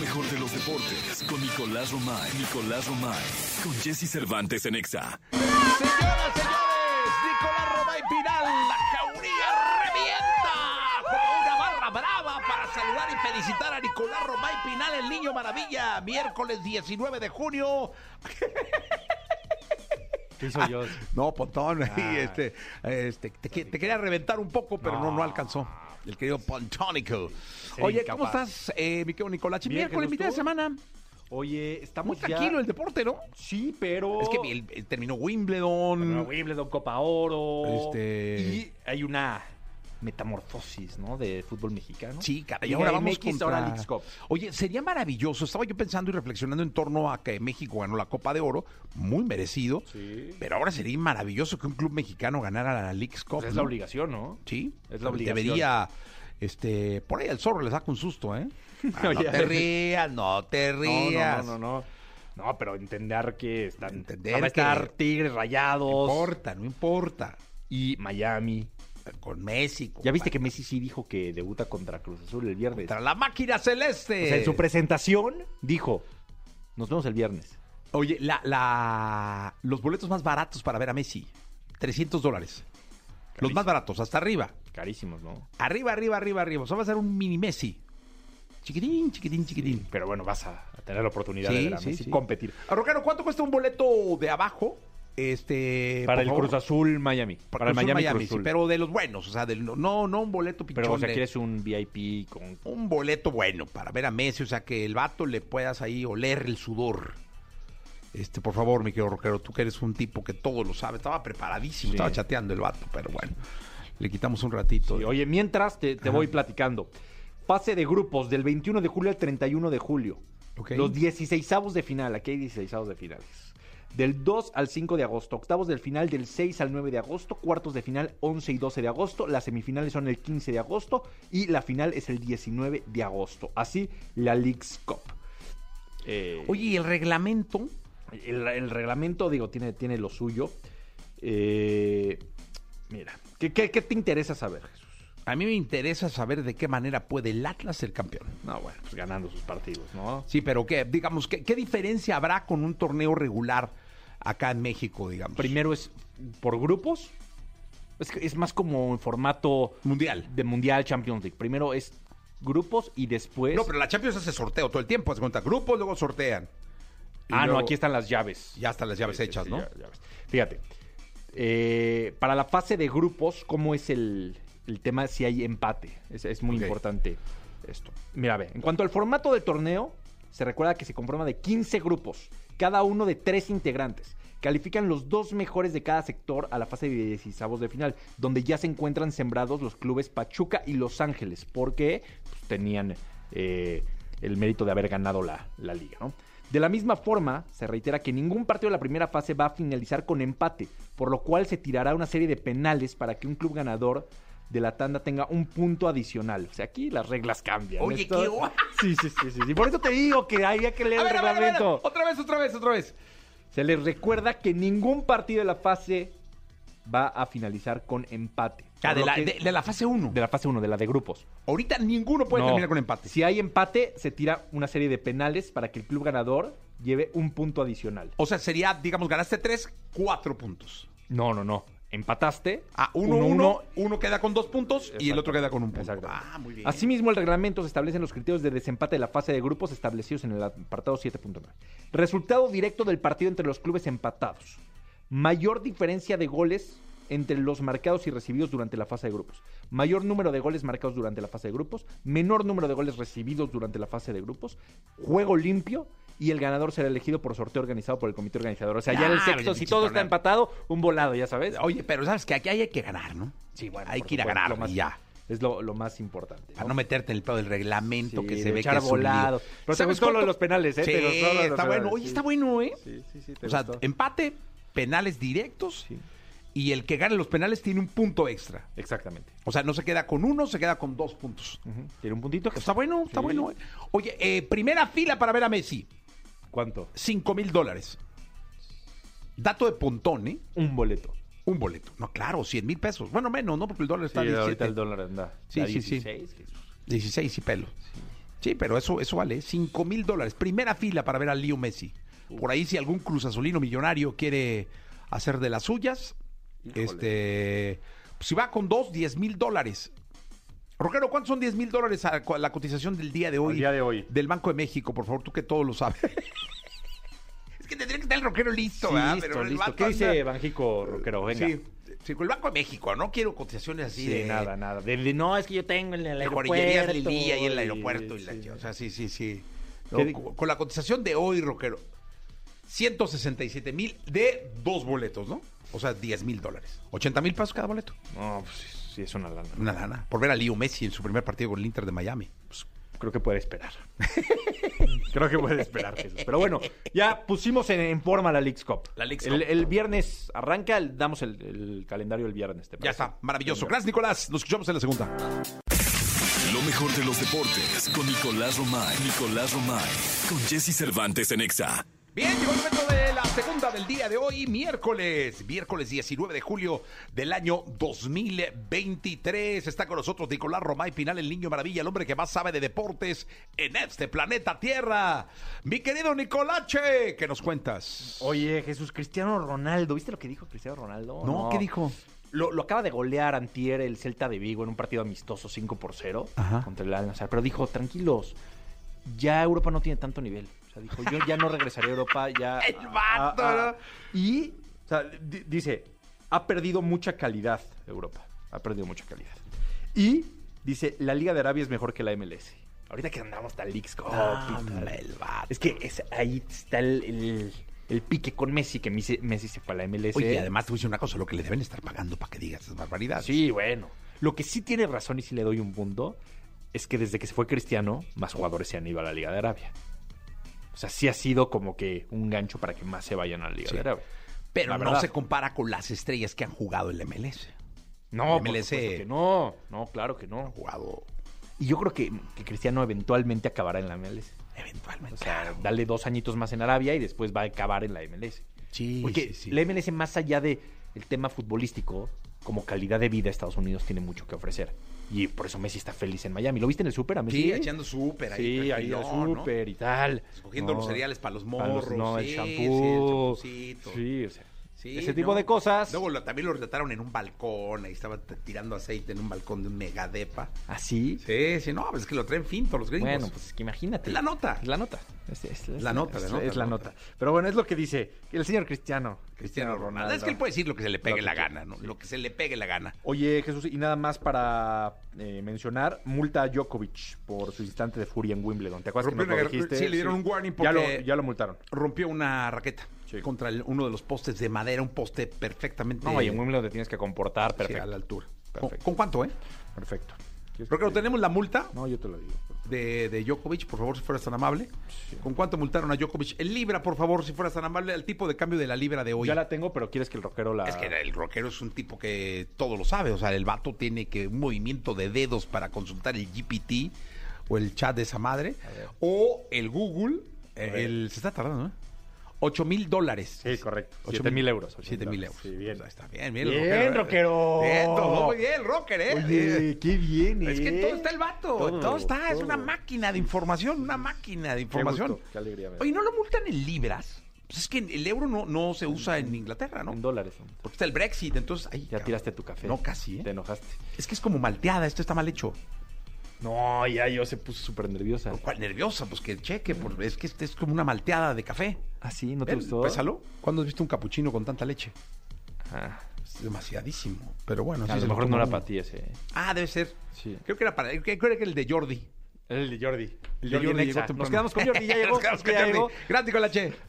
mejor de los deportes con Nicolás Romay. Nicolás Romay. Con Jesse Cervantes en Exa. Señoras, señores, Nicolás Romay Pinal, la jauría revienta como una barra brava para saludar y felicitar a Nicolás Romay Pinal, el niño maravilla, miércoles 19 de junio. Sí, Ah. soy yo. No, Pontón, y este, este, te, que- te quería reventar un poco, pero no, no, alcanzó. El querido Pontónico. Oye, ¿cómo incapaz. estás, eh, mi querido Nicolachi? Bien, Miércoles, Pues ¿cómo mitad de estuvo? semana. Oye, Muy estamos ya- tranquilo el deporte, ¿no? Sí, pero... Es que el- el- Oh. terminó Wimbledon. Pero Wimbledon, Copa Oro... Este- Y hay una metamorfosis, ¿no? De fútbol mexicano. Sí, caray, Liga ahora vamos MX, contra... ahora Leagues Cup. Oye, sería maravilloso. Estaba yo pensando y reflexionando en torno a que México ganó la Copa de Oro, muy merecido. Sí. Pero ahora sería maravilloso que un club mexicano ganara la Leagues Cup. Pues es la ¿no? obligación, ¿no? Sí. Es la obligación. Debería, este, por ahí el zorro le saca un susto, ¿eh? Ah, no Oye. te rías, no te No, rías. no, no, no, no. No, pero entender que están... Entender van a que- estar Tigres, Rayados... importa, no importa. Y Miami. Con México. Ya viste que Messi sí dijo que debuta contra Cruz Azul el viernes. Contra la máquina celeste. O sea, en su presentación dijo, nos vemos el viernes. Oye, la, la- los boletos más baratos para ver a Messi, 300 dólares. Los Carísimo. más baratos, hasta arriba. Carísimos, ¿no? Arriba, arriba, arriba, arriba. O sea, va a ser un mini Messi. Chiquitín, chiquitín, chiquitín. Pero bueno, vas a, a tener la oportunidad Sí, de ver a sí, Messi sí. competir. Ah, Rocano, ¿cuánto cuesta un boleto de abajo? Este, para por el favor? Cruz Azul Miami. Para, el Cruz Miami, Azul, Cruz sí, Azul. pero pero de los buenos, o sea, del- no, no un boleto pichón. o sea, de- quieres un VIP con... Un boleto bueno para ver a Messi, o sea, que el vato le puedas ahí oler el sudor. Este, por favor, mi querido rockero, tú que eres un tipo que todo lo sabe, estaba preparadísimo, Sí. estaba chateando el vato, pero bueno, le quitamos un ratito. Sí, oye, mientras te, te voy platicando. Pase de grupos del 21 de julio al 31 de julio. Ok. Los 16 de final. Aquí hay 16 de finales. Del 2 al 5 de agosto. Octavos del final del 6 al 9 de agosto. Cuartos de final 11 y 12 de agosto. Las semifinales son el 15 de agosto. Y la final es el 19 de agosto. Así la League's Cup. Eh, Oye, ¿y el reglamento? el, el reglamento, digo, tiene, tiene lo suyo. Eh, mira, ¿qué, qué, qué te interesa saber, Jesús? A mí me interesa saber de qué manera puede el Atlas ser campeón. No, bueno, pues ganando sus partidos, ¿no? Sí, pero qué, digamos, ¿qué, qué diferencia habrá con un torneo regular acá en México, digamos? Primero es por grupos. Es, que es más como en formato mundial. de Mundial Champions League. Primero es grupos y después. No, pero la Champions hace sorteo todo el tiempo, se cuenta grupos, luego sortean. Y ah, luego- no, aquí están las llaves. Ya están las llaves Sí, sí, hechas, sí, ¿no? ya- llaves. Fíjate. eh, para la fase de grupos, ¿cómo es el, el tema si hay empate? Es, es muy Ok. importante esto. Mira, ve, en cuanto al formato del torneo, se recuerda que se conforma de 15 grupos, cada uno de tres integrantes. Califican los dos mejores de cada sector a la fase de 16 de final, donde ya se encuentran sembrados los clubes Pachuca y Los Ángeles, porque pues, tenían eh, el mérito de haber ganado la, la liga, ¿no? De la misma forma, se reitera que ningún partido de la primera fase va a finalizar con empate, por lo cual se tirará una serie de penales para que un club ganador de la tanda tenga un punto adicional. O sea, aquí las reglas cambian. Oye, qué guay. Sí, sí, sí, sí, sí. Por eso te digo que había que leer A el ver, a ver, a ver, reglamento. otra vez, otra vez, otra vez. Se les recuerda que ningún partido de la fase va a finalizar con empate. Ya, Por Ah, de lo la, que- de- de la fase 1. de la fase 1, de la de grupos. Ahorita ninguno puede No. terminar con empate. Si hay empate, se tira una serie de penales para que el club ganador lleve un punto adicional. O sea, sería, digamos, ganaste 3, 4 puntos. No, no, no. Empataste. Ah, 1-1, uno, uno, uno. uno queda con 2 puntos y el Exacto. otro queda con un punto. Exacto. Ah, muy bien. Asimismo, el reglamento se establecen los criterios de desempate de la fase de grupos establecidos en el apartado 7.9. Resultado directo del partido entre los clubes empatados. Mayor diferencia de goles entre los marcados y recibidos durante la fase de grupos. Mayor número de goles marcados durante la fase de grupos. Menor número de goles recibidos durante la fase de grupos. Juego limpio. Y el ganador será elegido por sorteo organizado por el comité organizador. O sea, ya en el Ah, sexto, si pinche todo está torneo. empatado, un volado, ya sabes. Oye, pero sabes que aquí hay que ganar, ¿no? Sí, bueno, Hay por que ir a supuesto, ganar lo más- y ya. Es lo, lo más importante. Para no meterte en el pedo del reglamento Sí, que se de ve echar que es un lío. volado. Pero te gustó lo de los penales, ¿eh? Sí, Te gustó lo de los está bueno. penales, Oye, sí. está bueno, ¿eh? Sí, sí, sí. O sea, em, empate, penales directos Sí. y el que gane los penales tiene un punto extra. Exactamente. O sea, no se queda con uno, se queda con dos puntos. Tiene un puntito. Que... Está bueno, está Sí. bueno. eh. Oye, eh, primera fila para ver a Messi, ¿Cuánto? 5 mil dólares. Dato de pontón, ¿eh? Un boleto. Un boleto. No, claro, 100 mil pesos. Bueno, menos, ¿no? Porque el dólar está a 17. dólar anda. Sí, a sí, sí. 16, Jesús. 16 y pelo. Sí, pero eso, eso vale 5 mil dólares. Primera fila para ver a Leo Messi. Por ahí, si algún Cruz Azulino millonario quiere hacer de las suyas, este, si va con dos, 10 mil dólares. Roquero, ¿cuántos son 10 mil dólares a cu- la cotización del día de hoy? Al día de hoy. Del Banco de México, por favor, tú que todo lo sabes. es que tendría que estar el rockero listo, ¿verdad? listo, Pero el listo. vato ¿Qué anda- dice Banjico Roquero? Venga. Sí, sí, con el Banco de México, no quiero cotizaciones así Sí, de nada, nada. De- de, no, es que yo tengo en el de aeropuerto. guarillerías Lilía y el aeropuerto. Y la- sí. O sea, sí, sí, sí. ¿Qué No, di- con, con la cotización de hoy, Roquero, 167 mil de dos boletos, ¿no? O sea, 10 mil dólares. 80 mil pesos cada boleto. No, pues sí, sí, es una lana. Una lana. Por ver a Leo Messi en su primer partido con el Inter de Miami. Pues, Creo que puede esperar. Creo que puede esperar, Jesús. Pero bueno, ya pusimos en, en forma la Leagues Cup. La Leagues el, Cup. el viernes arranca, el- damos el, el calendario el viernes. ¿te ya parece? está. Maravilloso. Gracias, Nicolás. Nos escuchamos en la segunda. Lo mejor de los deportes con Nicolás Romay. Nicolás Romay. Con Jesse Cervantes en Exa. Bien, llegó el momento de la segunda del día de hoy, miércoles, miércoles 19 de julio del año 2023. Está con nosotros Nicolás Romay Pinal, el niño maravilla, el hombre que más sabe de deportes en este planeta Tierra. Mi querido Nicolache, ¿qué nos cuentas? Oye, Jesús, Cristiano Ronaldo, ¿viste lo que dijo Cristiano Ronaldo? Lo, lo acaba de golear Antier el Celta de Vigo en un partido amistoso 5 por 0 Ajá. contra el Al-Nassr. Pero dijo, tranquilos, ya Europa no tiene tanto nivel. O sea, dijo, yo ya no regresaré a Europa, ya. El vato, Y, o sea, di- dice, ha perdido mucha calidad Europa. Ha perdido mucha calidad. Y dice, la Liga de Arabia es mejor que la MLS. Ahorita que andamos tan leaks Cup y Ah, tal. Es que es- ahí está el, el- el pique con Messi, que Messi, Messi se fue a la MLS. Oye, además te voy a decir una cosa, lo que le deben estar pagando para que digas esas barbaridades. Sí, bueno. Lo que sí tiene razón y sí le doy un punto es que desde que se fue Cristiano, más jugadores se han ido a la Liga de Arabia. O sea, sí ha sido como que un gancho para que más se vayan a la Liga Sí. de Arabia. pero la no verdad. se compara con las estrellas que han jugado el MLS. No, por MLS. supuesto que no. No, claro que no. Jugado Y yo creo que, que Cristiano eventualmente acabará en la MLS. eventualmente. O sea, dale dos añitos más en Arabia y después va a acabar en la MLS. Porque la MLS, más allá del el tema futbolístico, como calidad de vida, Estados Unidos tiene mucho que ofrecer. Y por eso Messi está feliz en Miami. ¿Lo viste en el Super a Messi? Sí, echando súper ahí. Sí, ahí al tranquilón, ¿no? súper y tal. Escogiendo No, los cereales para los para los- morros. no, el sí, shampoo. Sí, el champucito. Sí, o sea, Sí, ese tipo no. de cosas. Luego lo- también lo retrataron en un balcón, ahí estaba t- tirando aceite en un balcón de un megadepa. así. Sí, sí, no, pues es que lo traen finto los gringos. Ah, Bueno, pues es que imagínate. Es la nota. Es la nota. Es, es- es- La nota, es- la nota, es la la nota. nota. Pero bueno, es lo que dice el señor Cristiano. Cristiano Ronaldo. Es que pues, él puede decir lo que se le Lo pegue que la quiera, gana, ¿no? sí. Lo que se le pegue la gana. Oye, Jesús, y nada más para eh, mencionar, multa a Djokovic por su instante de furia en Wimbledon. ¿Te acuerdas que Rompió nos lo una guerra- dijiste? sí, le dieron un warning Ya lo, porque- ya lo multaron. Rompió una raqueta Sí. contra el- uno de los postes de madera, un poste perfectamente No, y en Wimbledon te tienes que comportar sí, perfecto. a la altura. ¿Con, Perfecto. con cuánto, eh? Perfecto. ¿Quieres Creo que que lo te- tenemos la multa. No, yo te lo digo. de, de Djokovic, por favor, si fueras tan amable. ¿Con cuánto multaron a Djokovic? El libra, por favor, si fueras tan amable, al tipo de cambio de la libra de hoy. Ya la tengo, pero quieres que el rockero la... Es que el rockero es un tipo que todo lo sabe. O sea, el vato tiene que un movimiento de dedos para consultar el GPT o el chat de esa madre. O el Google. eh, ver. el- se está tardando, ¿eh? 8 mil dólares. Sí, correcto. Ocho 7 mil euros. ocho 7 mil euros. Sí, bien. O sea, está bien, bien. Bien, el eh. rockero. Bien, todo muy bien, el rocker, ¿eh? Oye, qué bien, Es que en ¿eh? todo está el vato, en Todo, todo está, es todo. una máquina de información, una máquina de información. gusto, qué alegría me da. Oye, ¿no lo multan en libras? Pues es que el euro no, no se usa en Inglaterra, ¿no? En dólares. ¿no? Porque está el Brexit, entonces ahí. Ya tiraste tu café. No, casi, ¿eh? Te enojaste. Es que es como malteada, esto está mal hecho. No, ya yo se puso súper nerviosa. Por cual nerviosa, pues que cheque, por- es que este es como una malteada de café. ¿Ah, sí? ¿No te Ven, gustó? Pésalo. ¿Cuándo has visto un capuchino con tanta leche? Ah, Es demasiadísimo. Pero bueno, a sí lo se mejor no tomó. era para ti ese. ¿eh? Ah, debe ser. Sí. Creo que era para. Creo que era el de Jordi. El de Jordi. El de de Jordi, Jordi en Exa. llegó temprano. Nos quedamos con Jordi, ya llegó. Nos quedamos con ya Jordi. llegó. Gracias, Nicolache.